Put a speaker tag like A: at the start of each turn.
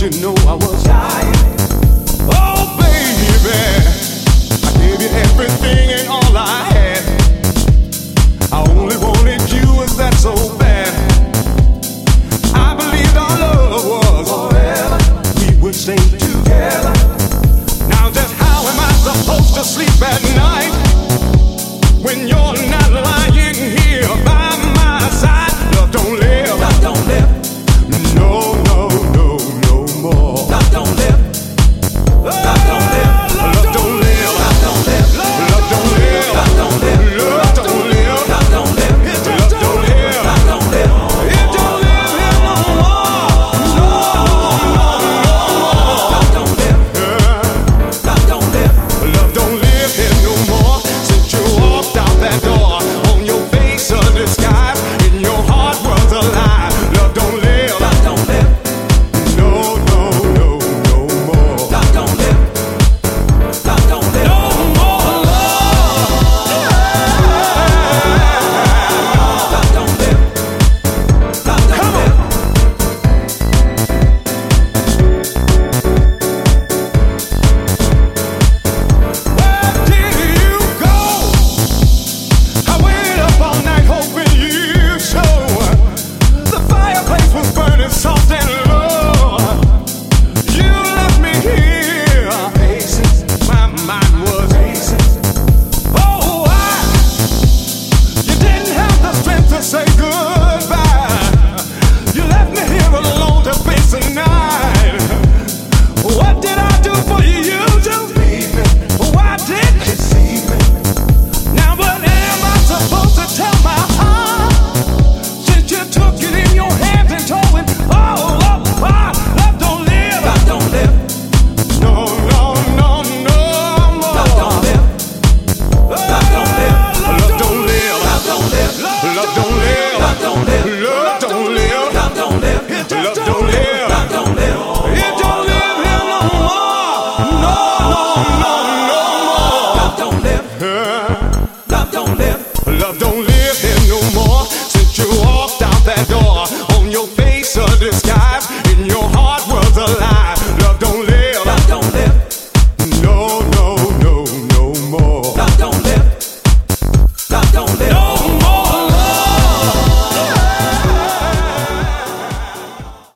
A: you know I was lying? Oh, baby, I gave you everything and all I had. I only wanted you, is that so bad? I believed our love was forever. We would stay together. Now, just how am I supposed to sleep at night when you're not lying here by my side? Love don't live. Love don't live. No, no, no, no more. Love don't live. Love don't live. Love don't live. Love don't live. Love don't live. Love don't live. Love don't live. Love don't live. Love don't live. Love don't live. It don't live here no more. Love don't live here no more. Since you walked out that door, on your face a disguise, in your heart was a lie. Love don't live. Love don't live. No, no, no, no more. Love don't live. Love don't live. No more love. Love don't live. Love don't live. Where did you go? I waited up all night hoping you show. The fireplace was burning soft and low. You left me here. My mind was Oh, why? You didn't have the strength to say goodbye. You left me here alone to face the night. What did I do for you? You just leave me. Why did you see me? Now what am I supposed to tell my heart? Since you took it in your hands and tore it all apart. Love don't live. Love don't live. No, no, no, no more. Love don't live. Love don't live. Love don't live. Love don't live. Love don't live. Love don't live. Love don't live. Love don't live. Love don't live. Love don't live. It don't live here no more. No, no, no, no more. Love don't live. Love don't live. Love don't live here no more. Since you walked out that door, on your face a disguise, in your heart.